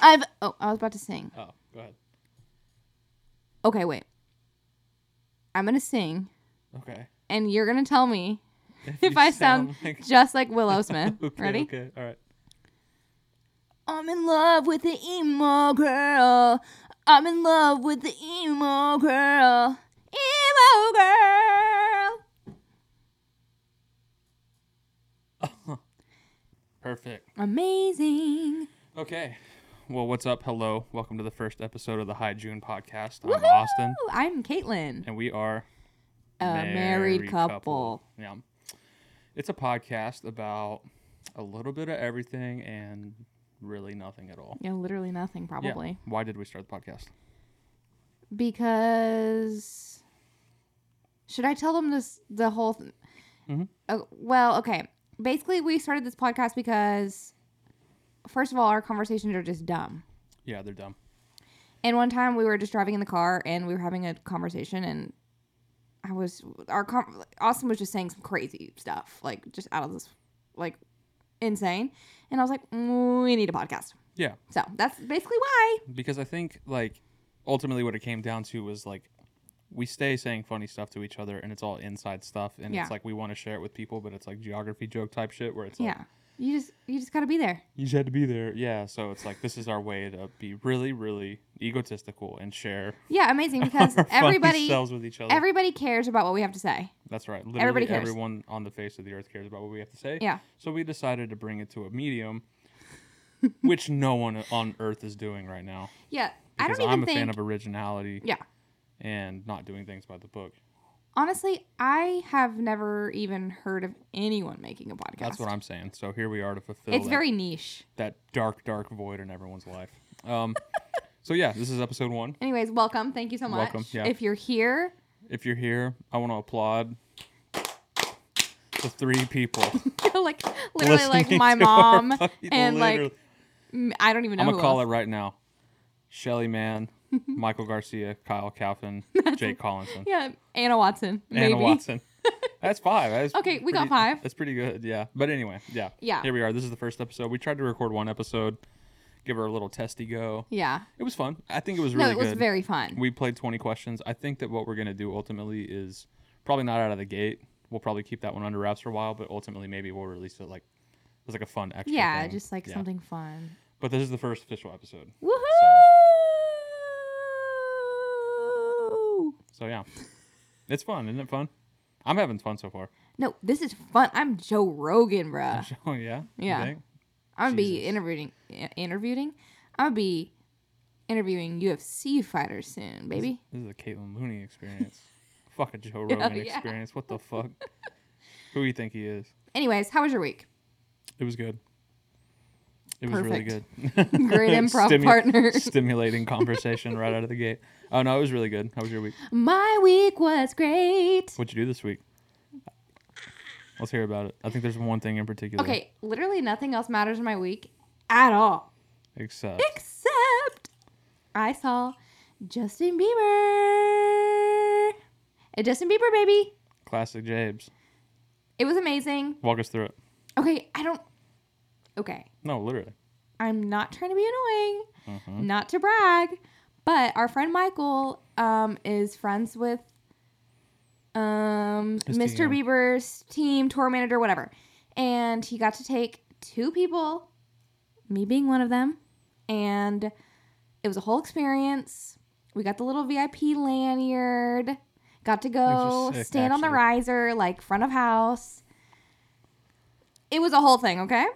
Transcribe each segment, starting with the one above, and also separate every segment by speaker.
Speaker 1: I've oh, I was about to sing.
Speaker 2: Oh, go ahead.
Speaker 1: Okay, wait. I'm gonna sing,
Speaker 2: Okay.
Speaker 1: and you're gonna tell me if
Speaker 2: you
Speaker 1: I sound
Speaker 2: sound like-
Speaker 1: just like Willow Smith.
Speaker 2: Okay,
Speaker 1: Ready?
Speaker 2: Okay. All right.
Speaker 1: I'm in love with the emo girl. I'm in love with the emo girl. Emo girl.
Speaker 2: Perfect.
Speaker 1: Amazing.
Speaker 2: Okay. Well, what's up? Hello. Welcome to the first episode of the High June podcast. I'm Austin,
Speaker 1: Woo, I'm Caitlin,
Speaker 2: and we are
Speaker 1: a married, couple.
Speaker 2: Yeah. It's a podcast about a little bit of everything and really nothing at all.
Speaker 1: Yeah, literally nothing
Speaker 2: Yeah.
Speaker 1: probably
Speaker 2: Why did we start the podcast?
Speaker 1: because should I tell them this the whole? Th-
Speaker 2: Mhm.
Speaker 1: Oh, well, okay. Basically, we started this podcast because first of all, our conversations are just dumb.
Speaker 2: Yeah, they're dumb.
Speaker 1: And one time we were just driving in the car and we were having a conversation and I was our com- Austin was just saying some crazy stuff like just out of this like insane and I was like "Mm, we need a podcast.
Speaker 2: Yeah,
Speaker 1: So that's basically why.
Speaker 2: because I think like ultimately what it came down to was like we stay saying funny stuff to each other and it's all inside stuff and
Speaker 1: Yeah.
Speaker 2: it's like we want to share it with people but it's like geography joke type shit where it's like
Speaker 1: Yeah. You just you just got to be there.
Speaker 2: you just had to be there yeah so it's like this is our way to be really really egotistical and share
Speaker 1: Yeah, amazing because
Speaker 2: our funny
Speaker 1: everybody
Speaker 2: selves with each other
Speaker 1: everybody cares about what we have to say.
Speaker 2: that's right literally
Speaker 1: everybody cares.
Speaker 2: everyone on the face of the earth cares about what we have to say
Speaker 1: Yeah.
Speaker 2: so we decided to bring it to a medium which no one on earth is doing right now
Speaker 1: Yeah. I
Speaker 2: because
Speaker 1: don't even
Speaker 2: i'm a
Speaker 1: think
Speaker 2: fan of originality
Speaker 1: Yeah.
Speaker 2: and not doing things by the book
Speaker 1: Honestly, I have never even heard of anyone making a podcast.
Speaker 2: That's what I'm saying. So here we are to fulfill
Speaker 1: It's
Speaker 2: that,
Speaker 1: very niche.
Speaker 2: that dark, dark void in everyone's life. Um, so yeah, this is episode one.
Speaker 1: Anyways, welcome. Thank you so much.
Speaker 2: Welcome, yeah.
Speaker 1: If you're here,
Speaker 2: If you're here, I want to applaud the three people
Speaker 1: like literally like
Speaker 2: listening
Speaker 1: my
Speaker 2: to our
Speaker 1: mom
Speaker 2: pod-
Speaker 1: and like
Speaker 2: literally.
Speaker 1: m- I don't even know
Speaker 2: I'm
Speaker 1: who
Speaker 2: gonna call
Speaker 1: else.
Speaker 2: it right now. Shelly Mann, Michael Garcia, Kyle Calvin, Jake Collinson,
Speaker 1: Yeah, Anna Watson. Maybe.
Speaker 2: Anna Watson. That's five. That's
Speaker 1: Okay, we got
Speaker 2: pretty-
Speaker 1: five.
Speaker 2: That's pretty good. Yeah. But anyway, yeah.
Speaker 1: Yeah.
Speaker 2: Here we are. This is the first episode. We tried to record one episode, give her a little testy go.
Speaker 1: Yeah.
Speaker 2: It was fun. I think it was really
Speaker 1: no, it was
Speaker 2: good.
Speaker 1: very fun.
Speaker 2: we played 20 questions. I think that what we're going to do ultimately is probably not out of the gate. We'll probably keep that one under wraps for a while, but ultimately maybe we'll release it like as like a fun extra.
Speaker 1: yeah,
Speaker 2: thing.
Speaker 1: just like
Speaker 2: Yeah.
Speaker 1: something fun.
Speaker 2: But this is the first official episode.
Speaker 1: Woohoo!
Speaker 2: So yeah. It's fun, isn't it fun? I'm having fun so far.
Speaker 1: No, this is fun. I'm Joe Rogan, bruh.
Speaker 2: Oh yeah. You
Speaker 1: Yeah.
Speaker 2: think?
Speaker 1: I'm gonna be
Speaker 2: Jesus.
Speaker 1: interviewing, i- interviewing. I'm gonna be interviewing UFC fighters soon, baby.
Speaker 2: This is a Caitlin Looney experience. fuck a Joe Rogan
Speaker 1: yeah.
Speaker 2: experience. What the fuck? Who you think he is?
Speaker 1: Anyways, how was your week?
Speaker 2: It was good. It was
Speaker 1: Perfect.
Speaker 2: really good.
Speaker 1: Great improv
Speaker 2: Stimu-
Speaker 1: partner.
Speaker 2: Stimulating conversation right out of the gate. Oh no, it was really good. How was your week?
Speaker 1: My week was great.
Speaker 2: What'd you do this week? Let's hear about it. I think there's one thing in particular.
Speaker 1: Okay, literally nothing else matters in my week at all.
Speaker 2: Except
Speaker 1: Except I saw Justin Bieber. A Justin Bieber baby.
Speaker 2: classic Jabes.
Speaker 1: It was amazing.
Speaker 2: Walk us through it.
Speaker 1: Okay, I don't Okay.
Speaker 2: No, literally.
Speaker 1: I'm not trying to be annoying.
Speaker 2: Mm-hmm.
Speaker 1: Not to brag. But our friend Michael um, is friends with um,
Speaker 2: His
Speaker 1: Mr.
Speaker 2: team.
Speaker 1: Bieber's team, tour manager, whatever. And he got to take two people, me being one of them, and it was a whole experience. We got the little VIP lanyard, got to go
Speaker 2: Those are sick,
Speaker 1: stand on the
Speaker 2: actually.
Speaker 1: riser, like front of house. It was a whole thing, okay?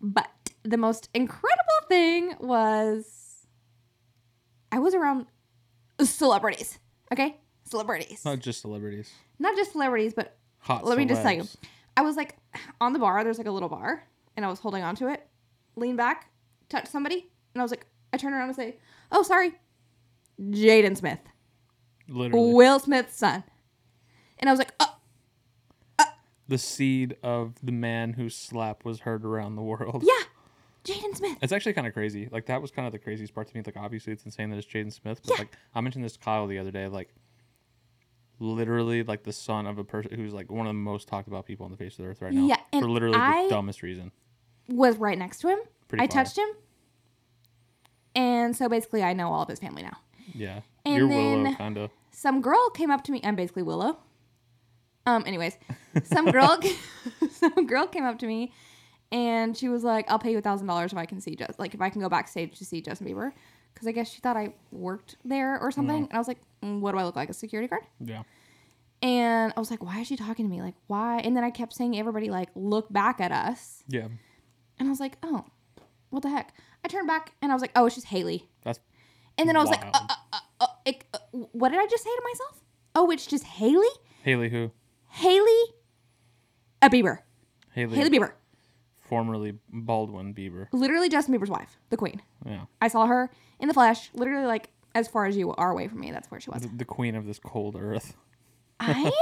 Speaker 1: But the most incredible thing was I was around celebrities, okay? Celebrities.
Speaker 2: Not just celebrities.
Speaker 1: Not just celebrities, but
Speaker 2: Hot.
Speaker 1: let me just tell you.
Speaker 2: celebs.
Speaker 1: I was like on the bar, there's like a little bar, and I was holding onto it, lean back, touch somebody, and I was like, I turn around and say, Oh, sorry, Jaden Smith,
Speaker 2: Literally.
Speaker 1: Will Smith's son. And I was like, Oh,
Speaker 2: the seed of the man whose slap was heard around the world.
Speaker 1: yeah, Jaden Smith.
Speaker 2: It's actually kind of crazy. Like that was kind of the craziest part to me. Like obviously it's insane that it's Jaden Smith, but
Speaker 1: Yeah.
Speaker 2: like I mentioned this to Kyle the other day. Like literally, like the son of a person who's like one of the most talked about people on the face of the earth right now.
Speaker 1: Yeah, and
Speaker 2: for literally
Speaker 1: I-
Speaker 2: the dumbest reason.
Speaker 1: Was right next to him.
Speaker 2: Pretty
Speaker 1: I
Speaker 2: fire.
Speaker 1: touched him. And so basically, I know all of his family now.
Speaker 2: Yeah.
Speaker 1: And
Speaker 2: You're Willow,
Speaker 1: then-
Speaker 2: kind of.
Speaker 1: Some girl came up to me. I'm basically Willow. Um. Anyways, some girl, some girl came up to me, and she was like, "I'll pay you a thousand dollars if I can see Justin. Like if I can go backstage to see Justin Bieber." Because I guess she thought I worked there or something. And I was like, "Mm, "What do I look like? A security guard?"
Speaker 2: Yeah.
Speaker 1: And I was like, why is she talking to me? Like, why? And then I kept saying everybody, like, look back at us.
Speaker 2: Yeah.
Speaker 1: And I was like, oh, what the heck? I turned back and I was like, oh, it's just Haley.
Speaker 2: That's
Speaker 1: And then I was
Speaker 2: Wild.
Speaker 1: like, uh, uh, uh, uh, it, uh, what did I just say to myself? Oh, it's just Haley?
Speaker 2: Haley who?
Speaker 1: Haley a Bieber.
Speaker 2: Haley,
Speaker 1: Haley Bieber.
Speaker 2: formerly Baldwin Bieber.
Speaker 1: Literally Justin Bieber's wife, the queen.
Speaker 2: Yeah.
Speaker 1: I saw her in the flesh, literally, like, as far as you are away from me. That's where she was.
Speaker 2: The, the queen of this cold earth.
Speaker 1: I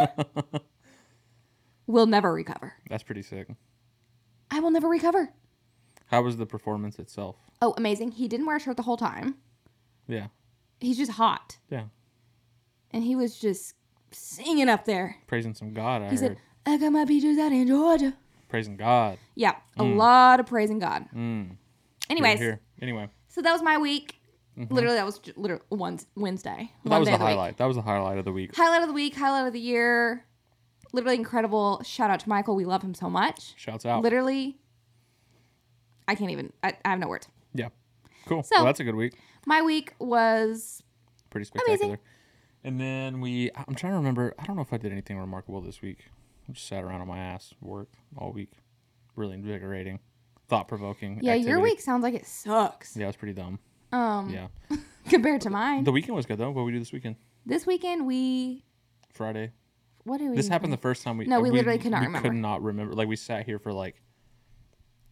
Speaker 1: will never recover.
Speaker 2: That's pretty sick.
Speaker 1: I will never recover.
Speaker 2: How was the performance itself?
Speaker 1: Oh, amazing. He didn't wear a shirt the whole time.
Speaker 2: Yeah.
Speaker 1: he's just hot
Speaker 2: Yeah.
Speaker 1: and he was just singing up there
Speaker 2: Praising some God, I
Speaker 1: he
Speaker 2: heard.
Speaker 1: said i got my peaches out in georgia
Speaker 2: Praising God.
Speaker 1: yeah a lot of praising god
Speaker 2: Mm. We were
Speaker 1: anyways
Speaker 2: Here. Anyway.
Speaker 1: so that was my week literally that was j- literally one wednesday
Speaker 2: That
Speaker 1: one
Speaker 2: was
Speaker 1: day
Speaker 2: the
Speaker 1: of week.
Speaker 2: highlight. That was the highlight of the week.
Speaker 1: highlight of the week highlight of the year literally incredible shout out to michael we love him so much
Speaker 2: Shouts out.
Speaker 1: literally i can't even I, I have no words
Speaker 2: yeah. Cool.
Speaker 1: So-
Speaker 2: well, that's a good week.
Speaker 1: my week was
Speaker 2: Pretty spectacular. And then we, I'm trying to remember. I don't know if I did anything remarkable this week. I just sat around on my ass, worked all week. Really invigorating, thought provoking.
Speaker 1: yeah your week sounds like it sucks
Speaker 2: Yeah, it was pretty dumb.
Speaker 1: um
Speaker 2: Yeah.
Speaker 1: compared to mine
Speaker 2: The weekend was good though. What we do this weekend?
Speaker 1: this weekend we
Speaker 2: Friday.
Speaker 1: what did we
Speaker 2: This
Speaker 1: do?
Speaker 2: happened the first time we.
Speaker 1: No, we literally could not
Speaker 2: we
Speaker 1: remember.
Speaker 2: Could not remember. Like we sat here for like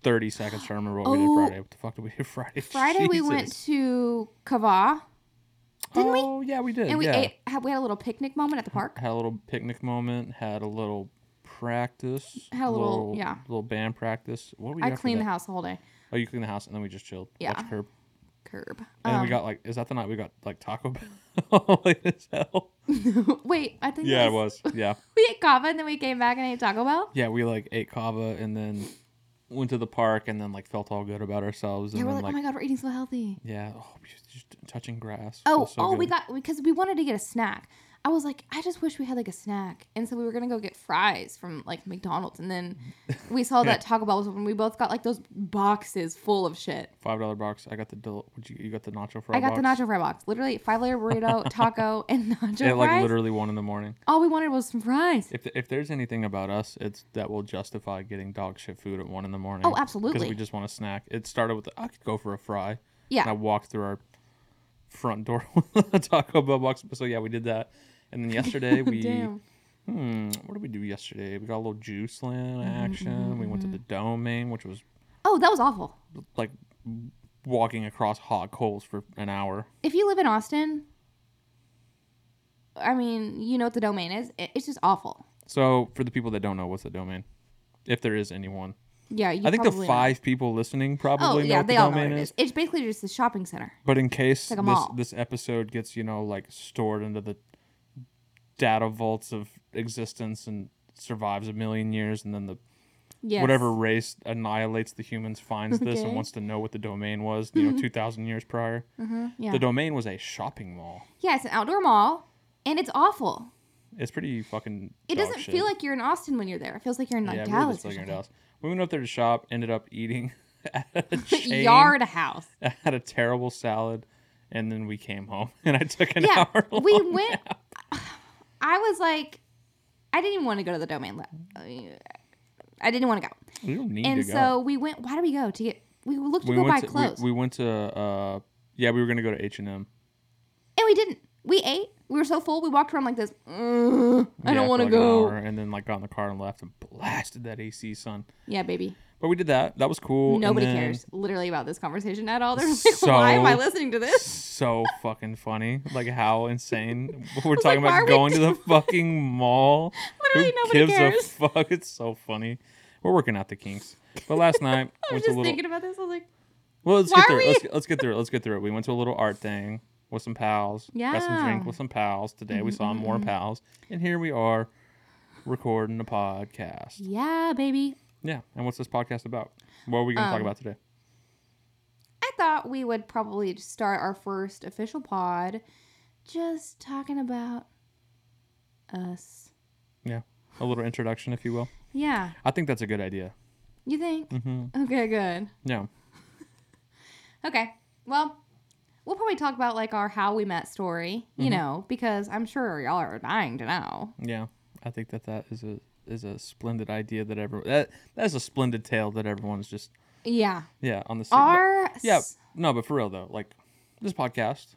Speaker 2: thirty seconds trying to remember what we did
Speaker 1: Oh.
Speaker 2: Friday. What the fuck did we do Friday?
Speaker 1: Friday we went
Speaker 2: Jesus.
Speaker 1: to Kava didn't we?
Speaker 2: oh, yeah, we did.
Speaker 1: and we
Speaker 2: yeah.
Speaker 1: ate. Had, we had a little picnic moment at the park.
Speaker 2: Had a little picnic moment. Had a little practice.
Speaker 1: Had a little- yeah.
Speaker 2: Little band practice. What we?
Speaker 1: I cleaned the house the whole day.
Speaker 2: Oh, you cleaned the house and then we just chilled.
Speaker 1: Yeah.
Speaker 2: Watched Curb.
Speaker 1: Curb.
Speaker 2: And then
Speaker 1: Um,
Speaker 2: we got like, is that the night we got like Taco Bell? Late as hell.
Speaker 1: wait, I think
Speaker 2: Yeah,
Speaker 1: that
Speaker 2: it was. Yeah.
Speaker 1: We ate Kava and then we came back and ate Taco Bell.
Speaker 2: Yeah, we like ate kava and then went to the park and then like felt all good about ourselves. And
Speaker 1: Yeah, we're
Speaker 2: then
Speaker 1: like,
Speaker 2: like,
Speaker 1: oh my god, we're eating so healthy.
Speaker 2: yeah, oh, we was just touching grass.
Speaker 1: Oh,
Speaker 2: Feels so
Speaker 1: oh, we
Speaker 2: good.
Speaker 1: got because we wanted to get a snack. I was like, I just wish we had like a snack, and so we were gonna go get fries from like McDonald's, and then we saw that Taco Bell was open. We both got like those boxes full of shit.
Speaker 2: five dollar box. I got the del- would you, you got the nacho fry.
Speaker 1: I got
Speaker 2: box?
Speaker 1: the nacho fry box, literally five layer burrito, taco, and nacho
Speaker 2: At like
Speaker 1: fries.
Speaker 2: literally one in the morning.
Speaker 1: All we wanted was some fries.
Speaker 2: If, th if there's anything about us, it's that will justify getting dog shit food at one in the morning.
Speaker 1: Oh, absolutely.
Speaker 2: Because we just want a snack. It started with I could go for a fry.
Speaker 1: Yeah.
Speaker 2: And I walked through our front door with a Taco Bell box. So yeah, we did that. And then yesterday we
Speaker 1: Damn.
Speaker 2: hmm, what did we do yesterday? We got a little juice land
Speaker 1: Mm-hmm,
Speaker 2: action. We went to the domain, which was
Speaker 1: Oh, that was awful.
Speaker 2: like walking across hot coals for an hour.
Speaker 1: If you live in Austin, I mean, you know what the domain is. It- It's just awful.
Speaker 2: So for the people that don't know, what's the domain? If there is anyone,
Speaker 1: Yeah, you
Speaker 2: I think the
Speaker 1: probably know.
Speaker 2: five people listening
Speaker 1: Oh
Speaker 2: probably know
Speaker 1: yeah,
Speaker 2: what
Speaker 1: they
Speaker 2: the
Speaker 1: all know
Speaker 2: domain
Speaker 1: what it
Speaker 2: is.
Speaker 1: is. It's basically just a shopping center.
Speaker 2: But in case
Speaker 1: like a
Speaker 2: this,
Speaker 1: mall.
Speaker 2: this episode gets, you know, like stored into the data vaults of existence and survives a million years and then the
Speaker 1: Yeah.
Speaker 2: whatever race annihilates the humans finds this and
Speaker 1: Okay. Mm-hmm.
Speaker 2: wants to know what the domain was, you know, 2000 years prior.
Speaker 1: Yeah.
Speaker 2: The domain was a shopping mall.
Speaker 1: yeah, it's an outdoor mall, and it's awful.
Speaker 2: It's pretty fucking
Speaker 1: It
Speaker 2: dog
Speaker 1: doesn't
Speaker 2: shit.
Speaker 1: feel like you're in Austin when you're there. It feels like you're in like
Speaker 2: yeah, we were
Speaker 1: Dallas.
Speaker 2: just
Speaker 1: or
Speaker 2: looking at
Speaker 1: something.
Speaker 2: Dallas. We went up there to shop, ended up eating at a chain,
Speaker 1: Yard house.
Speaker 2: had a terrible salad, and then we came home and I took an
Speaker 1: Yeah,
Speaker 2: hour.
Speaker 1: we
Speaker 2: long
Speaker 1: went. I was like, I didn't even want to go to the domain. le- I didn't want to go.
Speaker 2: We don't need
Speaker 1: and
Speaker 2: to go.
Speaker 1: so we went. Why did we go to get? We looked to
Speaker 2: we
Speaker 1: go
Speaker 2: went
Speaker 1: buy
Speaker 2: to, we-
Speaker 1: clothes,
Speaker 2: We, went to uh yeah, we were gonna go to H and M.
Speaker 1: and we didn't. We ate. We were so full. We walked around like this. "Ugh, I don't want to go.
Speaker 2: and then like got in the car and left and blasted that AC sun.
Speaker 1: yeah, baby.
Speaker 2: But we did that. That was cool. and
Speaker 1: Nobody
Speaker 2: then-
Speaker 1: cares literally about this conversation at all. They're like,
Speaker 2: So-
Speaker 1: why am I listening to this?
Speaker 2: So fucking funny. Like how insane we're
Speaker 1: like,
Speaker 2: talking
Speaker 1: why are
Speaker 2: about
Speaker 1: we
Speaker 2: going to the fucking mall.
Speaker 1: Literally nobody
Speaker 2: gives
Speaker 1: cares.
Speaker 2: a fuck? It's so funny. We're working out the kinks. But last night
Speaker 1: I was
Speaker 2: went to a
Speaker 1: just
Speaker 2: little
Speaker 1: thinking about this. I was like,
Speaker 2: Well, let's
Speaker 1: Why
Speaker 2: get
Speaker 1: are
Speaker 2: through. it.
Speaker 1: we-
Speaker 2: Let's, let's get through it. Let's get through it. We went to a little art thing with some pals. Got some drink
Speaker 1: Yeah. Mm-hmm.
Speaker 2: with some pals. Today we saw more pals, and here we are recording a podcast.
Speaker 1: yeah, baby. Um,
Speaker 2: Yeah. And what's this podcast about? What are we going to talk about today?
Speaker 1: I thought we would probably start our first official pod just talking about us.
Speaker 2: Yeah. A little introduction, if you will.
Speaker 1: Yeah.
Speaker 2: I think that's a good idea.
Speaker 1: You think? Mm-hmm. Okay, good.
Speaker 2: Yeah.
Speaker 1: Okay. Well, we'll probably talk about like our how we met story, you
Speaker 2: Mm-hmm.
Speaker 1: know, because I'm sure y'all are dying to know.
Speaker 2: Yeah. I think that that is a is a splendid idea that everyone that that's a splendid tale that everyone's just
Speaker 1: Yeah.
Speaker 2: yeah on the same.
Speaker 1: Our
Speaker 2: yeah no but for real though like this podcast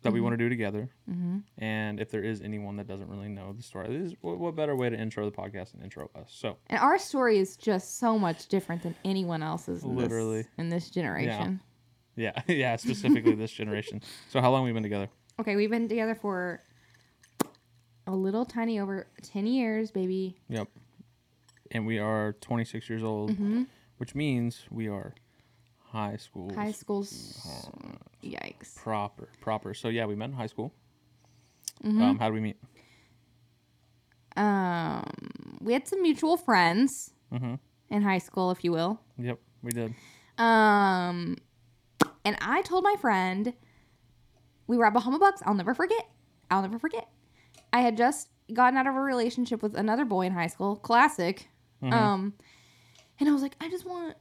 Speaker 2: that
Speaker 1: Mm-hmm.
Speaker 2: we want to do together and if there is anyone that doesn't really know the story this is, what, what better way to intro the podcast than intro us so
Speaker 1: and our story is just so much different than anyone else's in
Speaker 2: Literally.
Speaker 1: this, in this generation.
Speaker 2: yeah yeah specifically this generation so how long we been together
Speaker 1: Okay, we've been together for a little tiny over 10 years, baby.
Speaker 2: Yep. And we are 26 years old,
Speaker 1: Mm-hmm.
Speaker 2: which means we are high school
Speaker 1: High school. s- Yikes.
Speaker 2: proper. Proper. So yeah, we met in high school.
Speaker 1: Mm-hmm.
Speaker 2: Um, how did we meet?
Speaker 1: Um, we had some mutual friends
Speaker 2: Mhm.
Speaker 1: in high school, if you will.
Speaker 2: Yep, we did.
Speaker 1: Um, and I told my friend we were at Bahama Bucks. I'll never forget. I'll never forget. I had just gotten out of a relationship with another boy in high school, classic. Um, and I was like, I just want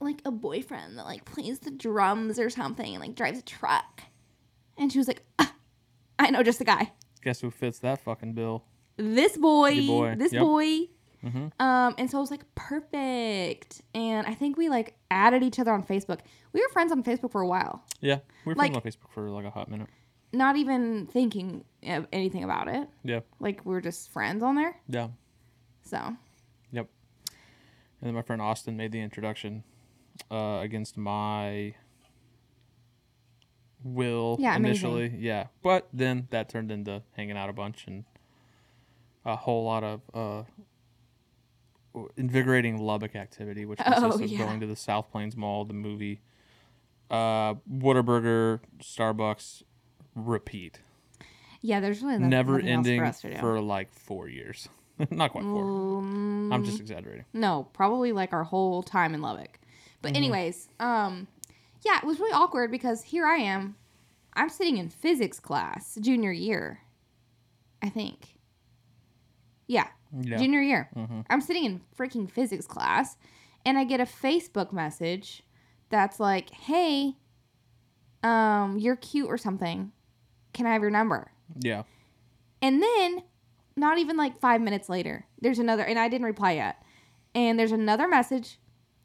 Speaker 1: like a boyfriend that like plays the drums or something and like drives a truck. And she was like, "Ah, I know just the guy.
Speaker 2: Guess who fits that fucking bill?
Speaker 1: This boy,
Speaker 2: Your boy,
Speaker 1: this
Speaker 2: yep. Mm-hmm.
Speaker 1: boy. Um, and so I was like, perfect. And I think we like added each other on Facebook. We were friends on Facebook for a while.
Speaker 2: Yeah, we were
Speaker 1: Like-
Speaker 2: friends on Facebook for like a hot minute.
Speaker 1: not even thinking of anything about it.
Speaker 2: Yeah,
Speaker 1: Like we were just friends on there.
Speaker 2: yeah,
Speaker 1: So
Speaker 2: yep. And then my friend Austin made the introduction uh, against my will
Speaker 1: Yeah, amazing.
Speaker 2: initially. Yeah, but then that turned into hanging out a bunch and a whole lot of uh, w- invigorating Lubbock activity, which
Speaker 1: Oh,
Speaker 2: consists of
Speaker 1: yeah.
Speaker 2: going to the South Plains Mall, the movie, uh, Whataburger, Starbucks, repeat.
Speaker 1: yeah, there's really no-
Speaker 2: Never
Speaker 1: nothing else
Speaker 2: ending
Speaker 1: for
Speaker 2: for,
Speaker 1: us to do.
Speaker 2: like four years. Not quite four.
Speaker 1: Um,
Speaker 2: I'm just exaggerating.
Speaker 1: no, probably like our whole time in Lubbock. But anyways, um, yeah, it was really awkward because here I am, I'm sitting in physics class junior year, I think. Yeah,
Speaker 2: Yeah.
Speaker 1: junior year. I'm sitting in freaking physics class and I get a Facebook message that's like, hey, um, you're cute or something. Can I have your number?
Speaker 2: Yeah.
Speaker 1: And then, not even like five minutes later, there's another, and I didn't reply yet. And there's another message.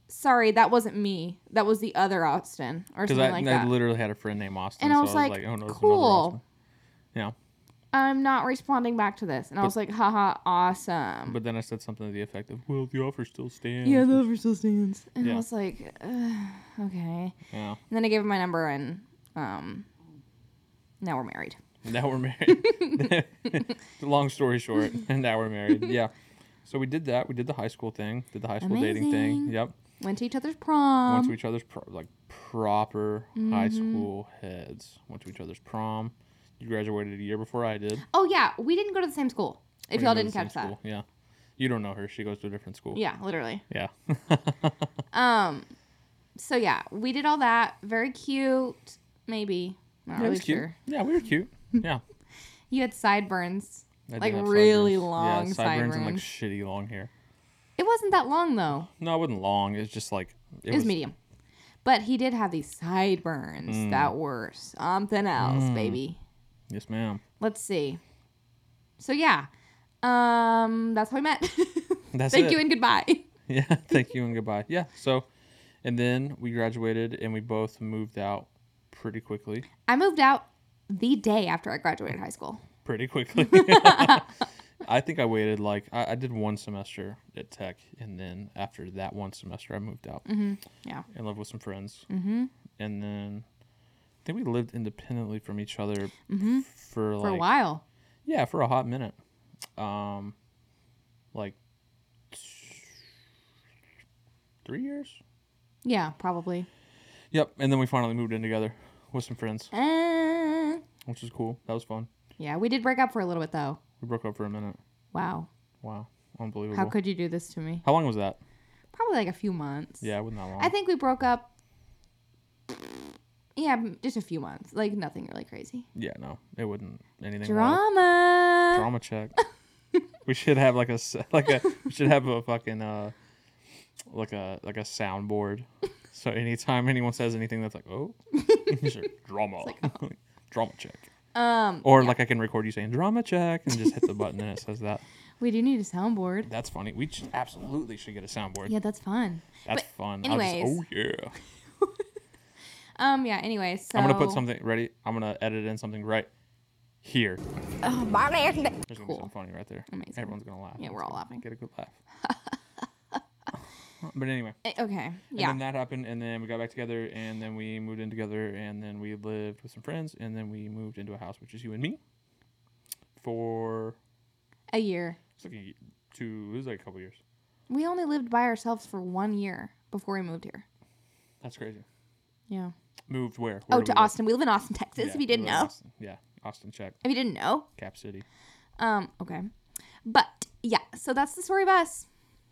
Speaker 1: Sorry, that wasn't me. That was the other Austin or
Speaker 2: Because
Speaker 1: something
Speaker 2: I,
Speaker 1: like
Speaker 2: I
Speaker 1: that.
Speaker 2: literally had a friend named Austin.
Speaker 1: And I
Speaker 2: so
Speaker 1: was like,
Speaker 2: "Oh, there's another
Speaker 1: cool.
Speaker 2: Austin. Yeah.
Speaker 1: I'm not responding back to this. And I was like, haha, awesome.
Speaker 2: But then I said something to the effect of, well, the offer still stands.
Speaker 1: yeah, the offer still stands. And
Speaker 2: Yeah.
Speaker 1: I was like, "Ugh, okay.
Speaker 2: Yeah.
Speaker 1: And then I gave him my number, and um, now we're married.
Speaker 2: Now we're married. Long story short, and now we're married. Yeah. So we did that. We did the high school thing, did the high school dating thing.
Speaker 1: Amazing. Um,
Speaker 2: Yep.
Speaker 1: Went to each other's
Speaker 2: went
Speaker 1: prom.
Speaker 2: to each other's pro- like proper high
Speaker 1: Mm-hmm.
Speaker 2: school heads. Went to each other's prom. You graduated a year before I did.
Speaker 1: oh yeah, we didn't go to the same school. If
Speaker 2: We
Speaker 1: y'all
Speaker 2: go to
Speaker 1: didn't
Speaker 2: the same
Speaker 1: catch that,
Speaker 2: school. yeah. You don't know her. She goes to a different school.
Speaker 1: yeah, literally.
Speaker 2: Yeah.
Speaker 1: Um, so yeah, we did all that. Very cute, maybe. Not
Speaker 2: Yeah, it
Speaker 1: really
Speaker 2: was cute.
Speaker 1: sure.
Speaker 2: Yeah, we were cute. Yeah.
Speaker 1: You had sideburns.
Speaker 2: I did
Speaker 1: Like,
Speaker 2: have
Speaker 1: really
Speaker 2: Yeah,
Speaker 1: long
Speaker 2: sideburns and like
Speaker 1: sideburns.
Speaker 2: shitty long hair.
Speaker 1: It wasn't that long though.
Speaker 2: No, it wasn't long. It was just like
Speaker 1: It, was, medium. But he did have these sideburns
Speaker 2: Mm.
Speaker 1: that were something else, baby.
Speaker 2: Yes, ma'am.
Speaker 1: Let's see. So yeah, um, that's how we met.
Speaker 2: That's
Speaker 1: Thank
Speaker 2: it.
Speaker 1: you and goodbye.
Speaker 2: Yeah, thank you and goodbye. Yeah. So, and then we graduated and we both moved out pretty quickly.
Speaker 1: I moved out the day after I graduated high school.
Speaker 2: Pretty quickly. I think I waited like I, I did one semester at Tech, and then after that one semester, I moved out
Speaker 1: Mm-hmm. Yeah.
Speaker 2: and lived with some friends. Mm-hmm. And then I think we lived independently from each other for
Speaker 1: Mm-hmm. For
Speaker 2: like
Speaker 1: a while.
Speaker 2: Yeah, for a hot minute. Um, like three years.
Speaker 1: Yeah, probably.
Speaker 2: Yep, and then we finally moved in together with some friends,
Speaker 1: Uh,
Speaker 2: which was cool. That was fun.
Speaker 1: yeah, we did break up for a little bit though.
Speaker 2: We broke up for a minute.
Speaker 1: Wow.
Speaker 2: Wow, unbelievable.
Speaker 1: How
Speaker 2: How,
Speaker 1: could you do this to me?
Speaker 2: long was that?
Speaker 1: Probably like a few months.
Speaker 2: Yeah, it wasn't that long.
Speaker 1: I think we broke up Yeah, m- just a few months. Like nothing really crazy.
Speaker 2: Yeah, no, it wouldn't anything. wrong.
Speaker 1: Drama.
Speaker 2: Drama check. we should have like a s- like a we should have a fucking uh like a like a soundboard. So anytime anyone says anything that's like oh, it's a drama, drama check.
Speaker 1: oh. Um,
Speaker 2: Or like I can record you saying drama check and just hit the button and it says that.
Speaker 1: we do need a soundboard.
Speaker 2: That's funny. We sh- absolutely should get a soundboard.
Speaker 1: Yeah, that's fun.
Speaker 2: That's
Speaker 1: but
Speaker 2: fun. I'll just-
Speaker 1: anyways,
Speaker 2: oh yeah.
Speaker 1: Um, yeah. Anyway, so
Speaker 2: I'm gonna put something ready. I'm gonna edit in something right here.
Speaker 1: Oh, my
Speaker 2: There's gonna
Speaker 1: Cool.
Speaker 2: be something funny right there.
Speaker 1: Amazing.
Speaker 2: Everyone's gonna laugh.
Speaker 1: Yeah, we're
Speaker 2: It's
Speaker 1: all laughing.
Speaker 2: gonna Get a good laugh. but anyway,
Speaker 1: Eh, Okay.
Speaker 2: yeah.
Speaker 1: Yeah.
Speaker 2: and then that happened, and then we got back together, and then we moved in together, and then we lived with some friends, and then we moved into a house, which is you and me, for
Speaker 1: a year.
Speaker 2: it's like a, y- two, it was like a couple years.
Speaker 1: We only lived by ourselves for one year before we moved here.
Speaker 2: That's crazy.
Speaker 1: Yeah.
Speaker 2: Moved where? Where
Speaker 1: Oh,
Speaker 2: do we
Speaker 1: to
Speaker 2: live?
Speaker 1: Austin. We live in Austin, Texas.
Speaker 2: Yeah,
Speaker 1: if you
Speaker 2: we
Speaker 1: didn't
Speaker 2: live in
Speaker 1: know.
Speaker 2: Austin. Yeah, Austin, check
Speaker 1: If you didn't know.
Speaker 2: Cap City.
Speaker 1: Um. Okay. But yeah. So that's the story of us.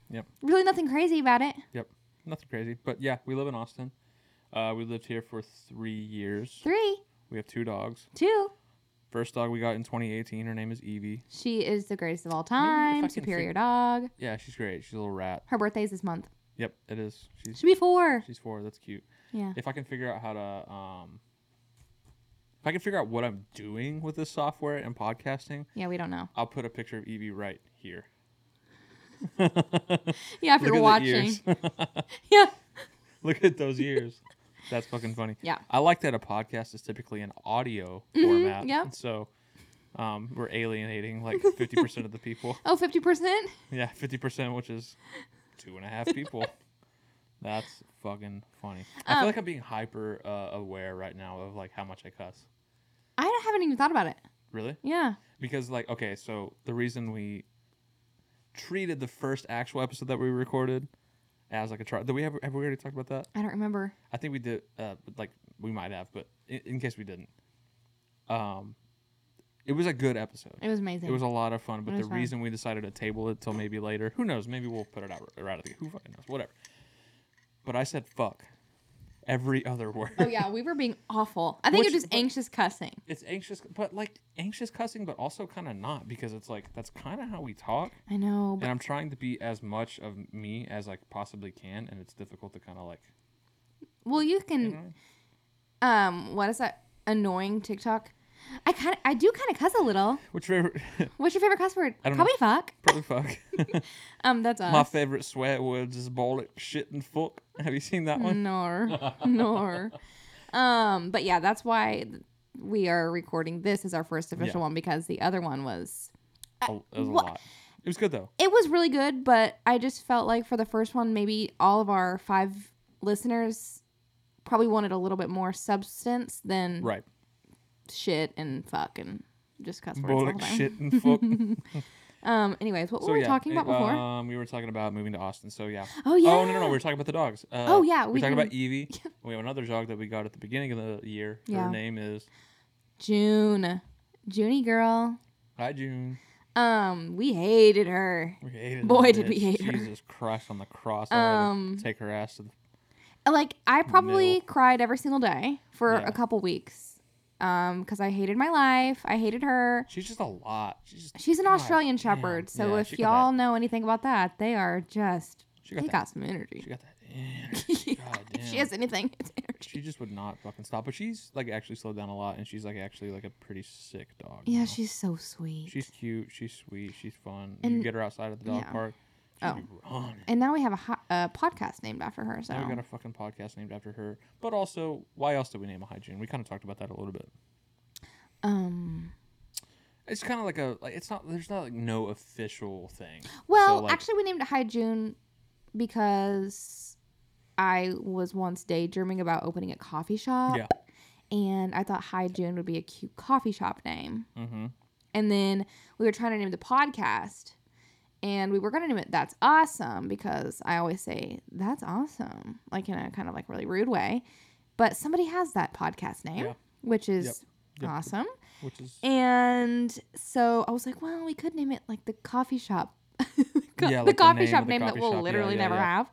Speaker 2: Yep.
Speaker 1: Really, nothing crazy about it.
Speaker 2: Yep, nothing crazy, but yeah, we live in Austin. Uh, we lived here for three years.
Speaker 1: Three,
Speaker 2: We have two dogs.
Speaker 1: two.
Speaker 2: First dog we got in 2018. Her name is Evie.
Speaker 1: She is the greatest of all
Speaker 2: if I
Speaker 1: time.
Speaker 2: can
Speaker 1: Superior
Speaker 2: think-
Speaker 1: dog.
Speaker 2: Yeah, she's great. She's a little rat.
Speaker 1: Her birthday is this month.
Speaker 2: Yep, it is. She's
Speaker 1: Should be four.
Speaker 2: she's four. That's cute.
Speaker 1: Yeah.
Speaker 2: If I can figure out how to, um, if I can figure out what I'm doing with this software and podcasting,
Speaker 1: Yeah, we don't know.
Speaker 2: I'll put a picture of Evie right here.
Speaker 1: Yeah, if
Speaker 2: Look
Speaker 1: you're
Speaker 2: at the
Speaker 1: watching.
Speaker 2: ears.
Speaker 1: yeah.
Speaker 2: Look at those ears. That's fucking funny.
Speaker 1: Yeah. Mm-hmm.
Speaker 2: I like that a podcast is typically an audio format.
Speaker 1: yep.
Speaker 2: and So, um, we're alienating like 50% of the people.
Speaker 1: Oh, 50%?
Speaker 2: Yeah, 50%, which is two and a half people. That's fucking funny. I
Speaker 1: Um,
Speaker 2: feel like I'm being hyper uh, aware right now of like how much I cuss.
Speaker 1: I haven't even thought about it.
Speaker 2: Really?
Speaker 1: Yeah.
Speaker 2: Because like, okay, so the reason we treated the first actual episode that we recorded as like a trial. Did we have, have we already talked about that?
Speaker 1: I don't remember.
Speaker 2: I think we did. Uh, but, like we might have, but in, in case we didn't, um, it was a good episode.
Speaker 1: It was amazing.
Speaker 2: It was a lot of fun. But
Speaker 1: It
Speaker 2: the
Speaker 1: was fun.
Speaker 2: reason we decided to table it till maybe later, who knows? Maybe we'll put it out right out of the who fucking knows, whatever. But I said fuck every other word.
Speaker 1: oh, yeah. We were being awful. I think it
Speaker 2: Which-
Speaker 1: was just anxious cussing.
Speaker 2: It's anxious, but like anxious cussing, but also kind of not because it's like that's kind of how we talk.
Speaker 1: I know. But
Speaker 2: And I'm trying to be as much of me as I possibly can, and it's difficult to kind of like.
Speaker 1: Well, you can. Um, what is that annoying TikTok? I kind of, I do kind of cuss a little.
Speaker 2: Which favorite?
Speaker 1: What's your favorite cuss word?
Speaker 2: I don't
Speaker 1: Probably fuck.
Speaker 2: probably fuck.
Speaker 1: Um, that's us.
Speaker 2: My favorite swear words is bollock, shit, and fuck. Have you seen that one?
Speaker 1: Nor, nor. Um, but yeah, that's why we are recording this as our first official
Speaker 2: Yeah.
Speaker 1: one because the other one was
Speaker 2: A- Oh, It was a
Speaker 1: wha-
Speaker 2: lot. It was good though.
Speaker 1: it was really good, but I just felt like for the first one, maybe all of our five listeners probably wanted a little bit more substance than
Speaker 2: Right.
Speaker 1: shit and fuck and just cuss words. all the
Speaker 2: Bollock,
Speaker 1: time.
Speaker 2: shit, and fuck.
Speaker 1: Um. Anyways, what were we
Speaker 2: yeah,
Speaker 1: talking about
Speaker 2: it-
Speaker 1: before?
Speaker 2: Um, we were talking about moving to Austin. So yeah.
Speaker 1: oh yeah.
Speaker 2: Oh no no no, we were talking about the dogs. Uh,
Speaker 1: Oh, yeah,
Speaker 2: we
Speaker 1: we
Speaker 2: are talking
Speaker 1: can-
Speaker 2: about Evie. we have another dog that we got at the beginning of the year.
Speaker 1: Yeah.
Speaker 2: Her name is
Speaker 1: June, Junie girl.
Speaker 2: Hi June.
Speaker 1: Um. We hated her.
Speaker 2: We hated
Speaker 1: Boy,
Speaker 2: that
Speaker 1: did we
Speaker 2: bitch.
Speaker 1: hate her.
Speaker 2: Jesus Christ on the cross. I wanted to
Speaker 1: Um,
Speaker 2: take her ass to the
Speaker 1: Like I probably
Speaker 2: No.
Speaker 1: cried every single day for
Speaker 2: Yeah.
Speaker 1: a couple weeks. Um. Because I hated my life. I hated her.
Speaker 2: She's just a lot. She's just
Speaker 1: She's an
Speaker 2: God
Speaker 1: Australian
Speaker 2: damn.
Speaker 1: Shepherd, so
Speaker 2: Oh, Yeah,
Speaker 1: if
Speaker 2: she got
Speaker 1: y'all know anything about that, they are just
Speaker 2: She got
Speaker 1: they
Speaker 2: that-
Speaker 1: got some
Speaker 2: that, she
Speaker 1: energy.
Speaker 2: got that energy. God damn.
Speaker 1: If she has anything, it's energy.
Speaker 2: she just would not fucking stop. But she's like actually slowed down a lot, and she's like actually like a pretty sick dog. you
Speaker 1: Yeah,
Speaker 2: know?
Speaker 1: she's so sweet.
Speaker 2: she's cute. She's sweet. She's fun. you
Speaker 1: And-
Speaker 2: get her outside of the dog
Speaker 1: yeah.
Speaker 2: park. She'd
Speaker 1: Oh. Oh.
Speaker 2: be running.
Speaker 1: and now we have a ho- uh, podcast named after her. So
Speaker 2: Now we got a fucking podcast named after her. But also, why else did we name a hygiene? We kind of talked about that a little bit.
Speaker 1: um,
Speaker 2: It's kind of like a like it's not there's not like no official thing.
Speaker 1: well,
Speaker 2: like-
Speaker 1: actually, we named it Hi June because I was once daydreaming about opening a coffee shop,
Speaker 2: Yeah.
Speaker 1: and I thought Hi June would be a cute coffee shop name.
Speaker 2: Mm-hmm.
Speaker 1: And then we were trying to name the podcast. And we were going to name it That's Awesome because I always say That's Awesome, like in a kind of like really rude way. But somebody has that podcast name,
Speaker 2: Yeah.
Speaker 1: which is
Speaker 2: Yep. Yep.
Speaker 1: awesome.
Speaker 2: Which is
Speaker 1: And so I was like, well, we could name it like the coffee shop. Co-
Speaker 2: Yeah,
Speaker 1: the
Speaker 2: like the
Speaker 1: coffee
Speaker 2: name
Speaker 1: shop
Speaker 2: of the
Speaker 1: name
Speaker 2: coffee
Speaker 1: that we'll
Speaker 2: shop. Yeah,
Speaker 1: literally
Speaker 2: yeah,
Speaker 1: never
Speaker 2: yeah.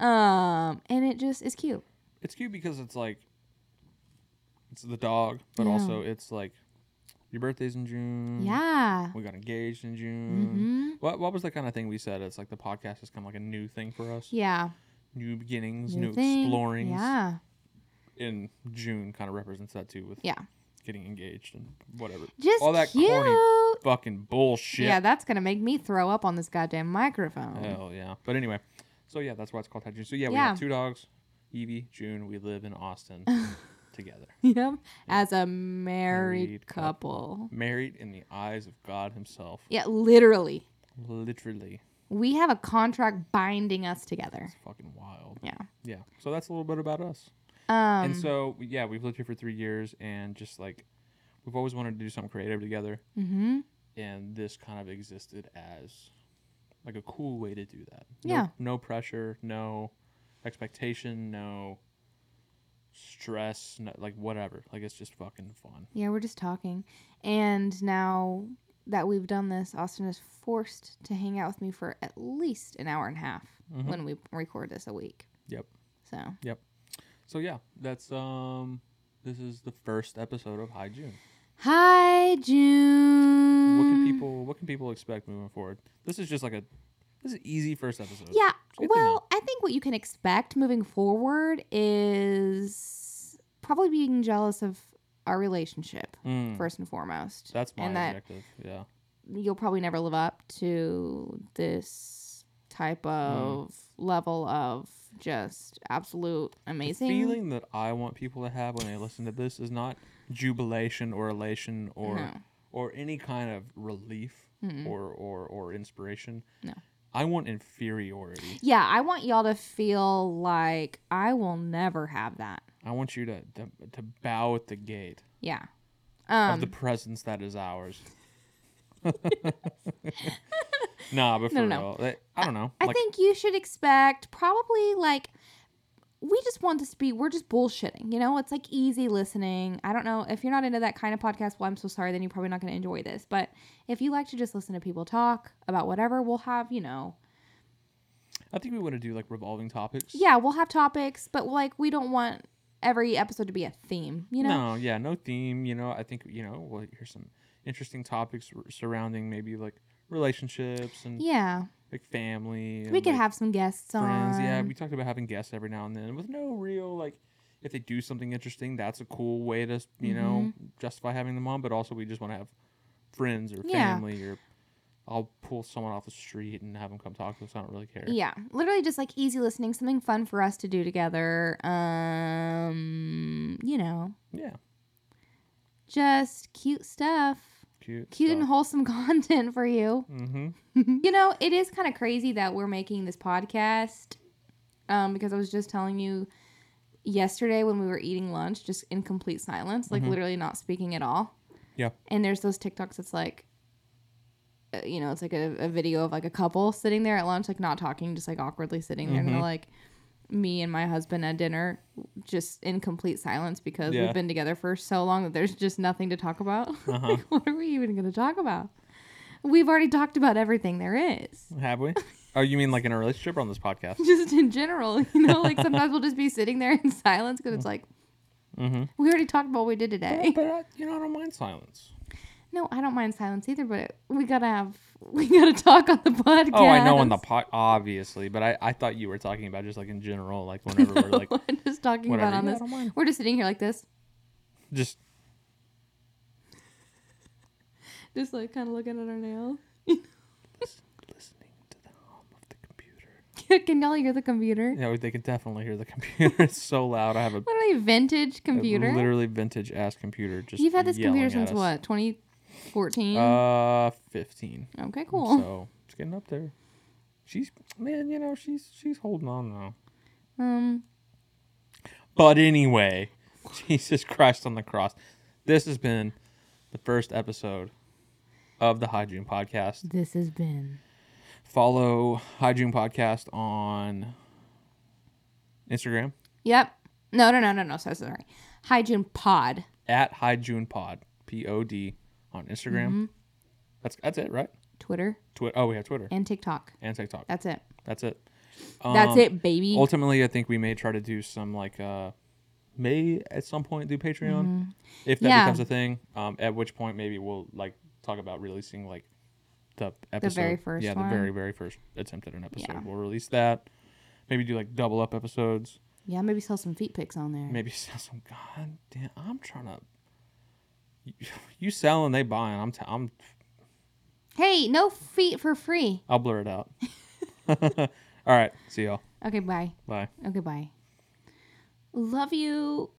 Speaker 1: have. Um, and it just is cute.
Speaker 2: it's cute because it's like it's the dog, but
Speaker 1: Yeah.
Speaker 2: also it's like your birthday's in June.
Speaker 1: Yeah.
Speaker 2: We got engaged in June.
Speaker 1: hmm
Speaker 2: What, what was the kind of thing we said? It's like the podcast has come like a new thing for us.
Speaker 1: Yeah.
Speaker 2: New beginnings,
Speaker 1: New
Speaker 2: new,
Speaker 1: thing.
Speaker 2: explorings.
Speaker 1: Yeah.
Speaker 2: And June kind of represents that too with
Speaker 1: Yeah.
Speaker 2: getting engaged and whatever.
Speaker 1: Just
Speaker 2: All that
Speaker 1: cute.
Speaker 2: corny fucking bullshit.
Speaker 1: Yeah, that's gonna make me throw up on this goddamn microphone.
Speaker 2: Hell yeah. But anyway, so yeah, that's why it's called Tad June. So yeah, we
Speaker 1: Yeah.
Speaker 2: have two dogs, Evie, June. We live in Austin together.
Speaker 1: Yep. As a married,
Speaker 2: Married
Speaker 1: couple.
Speaker 2: Married in the eyes of God Himself.
Speaker 1: Yeah, literally.
Speaker 2: Literally.
Speaker 1: We have a contract binding us together.
Speaker 2: It's fucking wild.
Speaker 1: Yeah.
Speaker 2: Yeah. So that's a little bit about us.
Speaker 1: Um.
Speaker 2: and so, yeah, we've lived here for three years and just like we've always wanted to do something creative together.
Speaker 1: hmm
Speaker 2: And this kind of existed as like a cool way to do that. No,
Speaker 1: Yeah.
Speaker 2: No pressure, no expectation, no stress, no, like whatever. Like it's just fucking fun.
Speaker 1: Yeah, we're just talking, and now that we've done this, Austin is forced to hang out with me for at least an hour and a half
Speaker 2: Mhm.
Speaker 1: when we record this a week.
Speaker 2: Yep.
Speaker 1: So
Speaker 2: So yeah, that's um this is the first episode of High June.
Speaker 1: hi, June.
Speaker 2: What
Speaker 1: Mm.
Speaker 2: can people what can people expect moving forward? This is just like a this is an easy first episode.
Speaker 1: Yeah.
Speaker 2: Good to
Speaker 1: Well, I think what you can expect moving forward is probably being jealous of our relationship
Speaker 2: Mm,
Speaker 1: first and foremost.
Speaker 2: that's my
Speaker 1: and that-
Speaker 2: objective. Yeah.
Speaker 1: You'll probably never live up to this type
Speaker 2: Mm.
Speaker 1: of level of just absolute amazing.
Speaker 2: The feeling that I want people to have when they listen to this is not jubilation or elation or
Speaker 1: No.
Speaker 2: or any kind of relief
Speaker 1: Mm-mm.
Speaker 2: or, or or inspiration.
Speaker 1: No.
Speaker 2: I want inferiority.
Speaker 1: Yeah, I want y'all to feel like I will never have that.
Speaker 2: I want you to to, to bow at the gate
Speaker 1: Yeah.
Speaker 2: of
Speaker 1: Um
Speaker 2: the presence that is ours. nah, but for
Speaker 1: No, no, no.
Speaker 2: real, like, I don't know.
Speaker 1: I
Speaker 2: like,
Speaker 1: think you should expect probably like we just want this to be we're just bullshitting, you know? It's like easy listening. I don't know if you're not into that kind of podcast, well I'm so sorry then you're probably not going to enjoy this. But if you like to just listen to people talk about whatever, we'll have, you know.
Speaker 2: I think we want to do like revolving topics.
Speaker 1: Yeah, we'll have topics, but like we don't want every episode to be a theme, you know?
Speaker 2: No, yeah, no theme. You know, I think you know. Well, here's some interesting topics r- surrounding maybe like relationships and
Speaker 1: Yeah.
Speaker 2: like family. And,
Speaker 1: We could
Speaker 2: like,
Speaker 1: have some guests on.
Speaker 2: friends. Yeah, we talked about having guests every now and then with no real like. If they do something interesting, that's a cool way to you know
Speaker 1: Mm-hmm.
Speaker 2: justify having them on. But also, we just want to have friends or
Speaker 1: Yeah.
Speaker 2: family or. I'll pull someone off the street and have them come talk to us. I don't really care.
Speaker 1: Yeah, literally just like easy listening, something fun for us to do together. Um, you know,
Speaker 2: Yeah,
Speaker 1: just cute stuff,
Speaker 2: cute.
Speaker 1: cute and wholesome content for you.
Speaker 2: Mm-hmm.
Speaker 1: you know, it is kind of crazy that we're making this podcast um, because I was just telling you yesterday when we were eating lunch, just in complete silence,
Speaker 2: Mm-hmm.
Speaker 1: like literally not speaking at all.
Speaker 2: Yeah.
Speaker 1: And there's those TikToks that's like, uh, you know, it's like a, a video of like a couple sitting there at lunch, like not talking, just like awkwardly sitting there. And they're like, me and my husband at dinner, just in complete silence because
Speaker 2: Yeah.
Speaker 1: we've been together for so long that there's just nothing to talk about. like, what are we even going to talk about? We've already talked about everything there is.
Speaker 2: Have we? Oh, you mean like in a relationship or on this podcast?
Speaker 1: Just in general, you know, like sometimes we'll just be sitting there in silence because it's like,
Speaker 2: Mhm.
Speaker 1: we already talked about what we did
Speaker 2: Yeah,
Speaker 1: today.
Speaker 2: but I, you know, I don't mind silence.
Speaker 1: No, I don't mind silence either, but we gotta have we gotta talk on the podcast.
Speaker 2: Oh, I know on the pod, obviously, but I, I thought you were talking about just like in general, like whenever we're like
Speaker 1: we're just talking
Speaker 2: whatever.
Speaker 1: about on
Speaker 2: Yeah, I
Speaker 1: this.
Speaker 2: don't mind.
Speaker 1: We're just sitting here like this,
Speaker 2: just
Speaker 1: just like kind of looking at our nails.
Speaker 2: listening to the hum of the computer.
Speaker 1: Can y'all hear the computer?
Speaker 2: Yeah, they can definitely hear the computer. it's so loud. I have a, a
Speaker 1: Literally vintage computer.
Speaker 2: literally vintage ass computer. Just
Speaker 1: You've had this computer
Speaker 2: yelling
Speaker 1: since
Speaker 2: at us.
Speaker 1: what? 2014.
Speaker 2: Uh, fifteen.
Speaker 1: okay, cool.
Speaker 2: So it's getting up there. She's man, you know, she's she's holding on now.
Speaker 1: um,
Speaker 2: But anyway, Jesus Christ on the cross. This has been the first episode of the Hygiene Podcast.
Speaker 1: this has been
Speaker 2: Follow Hygiene Podcast on Instagram
Speaker 1: Yep. No, no, no, no, no. So sorry. Hi June Pod.
Speaker 2: at Hygiene Pod P O D on Instagram.
Speaker 1: Mm-hmm.
Speaker 2: That's that's it, right?
Speaker 1: Twitter
Speaker 2: Twitter. Oh, we have Twitter
Speaker 1: and TikTok.
Speaker 2: and TikTok.
Speaker 1: That's it.
Speaker 2: That's it.
Speaker 1: That's
Speaker 2: Um,
Speaker 1: it, baby.
Speaker 2: Ultimately, I think we may try to do some like uh may at some point do Patreon if that
Speaker 1: Mm-hmm. Yeah.
Speaker 2: becomes a thing. Um, at which point maybe we'll like talk about releasing like the episode.
Speaker 1: very first
Speaker 2: yeah,
Speaker 1: one.
Speaker 2: the very very first attempt at an episode.
Speaker 1: Yeah.
Speaker 2: We'll release that. Maybe do like double up episodes.
Speaker 1: Yeah, maybe sell some feet pics on there.
Speaker 2: Maybe sell some. God damn, I'm trying to. You- You selling, they buying. I'm. T- I'm.
Speaker 1: Hey, no feet for free.
Speaker 2: I'll blur it out. All right. See y'all.
Speaker 1: Okay, bye.
Speaker 2: Bye.
Speaker 1: Okay, bye. Love you.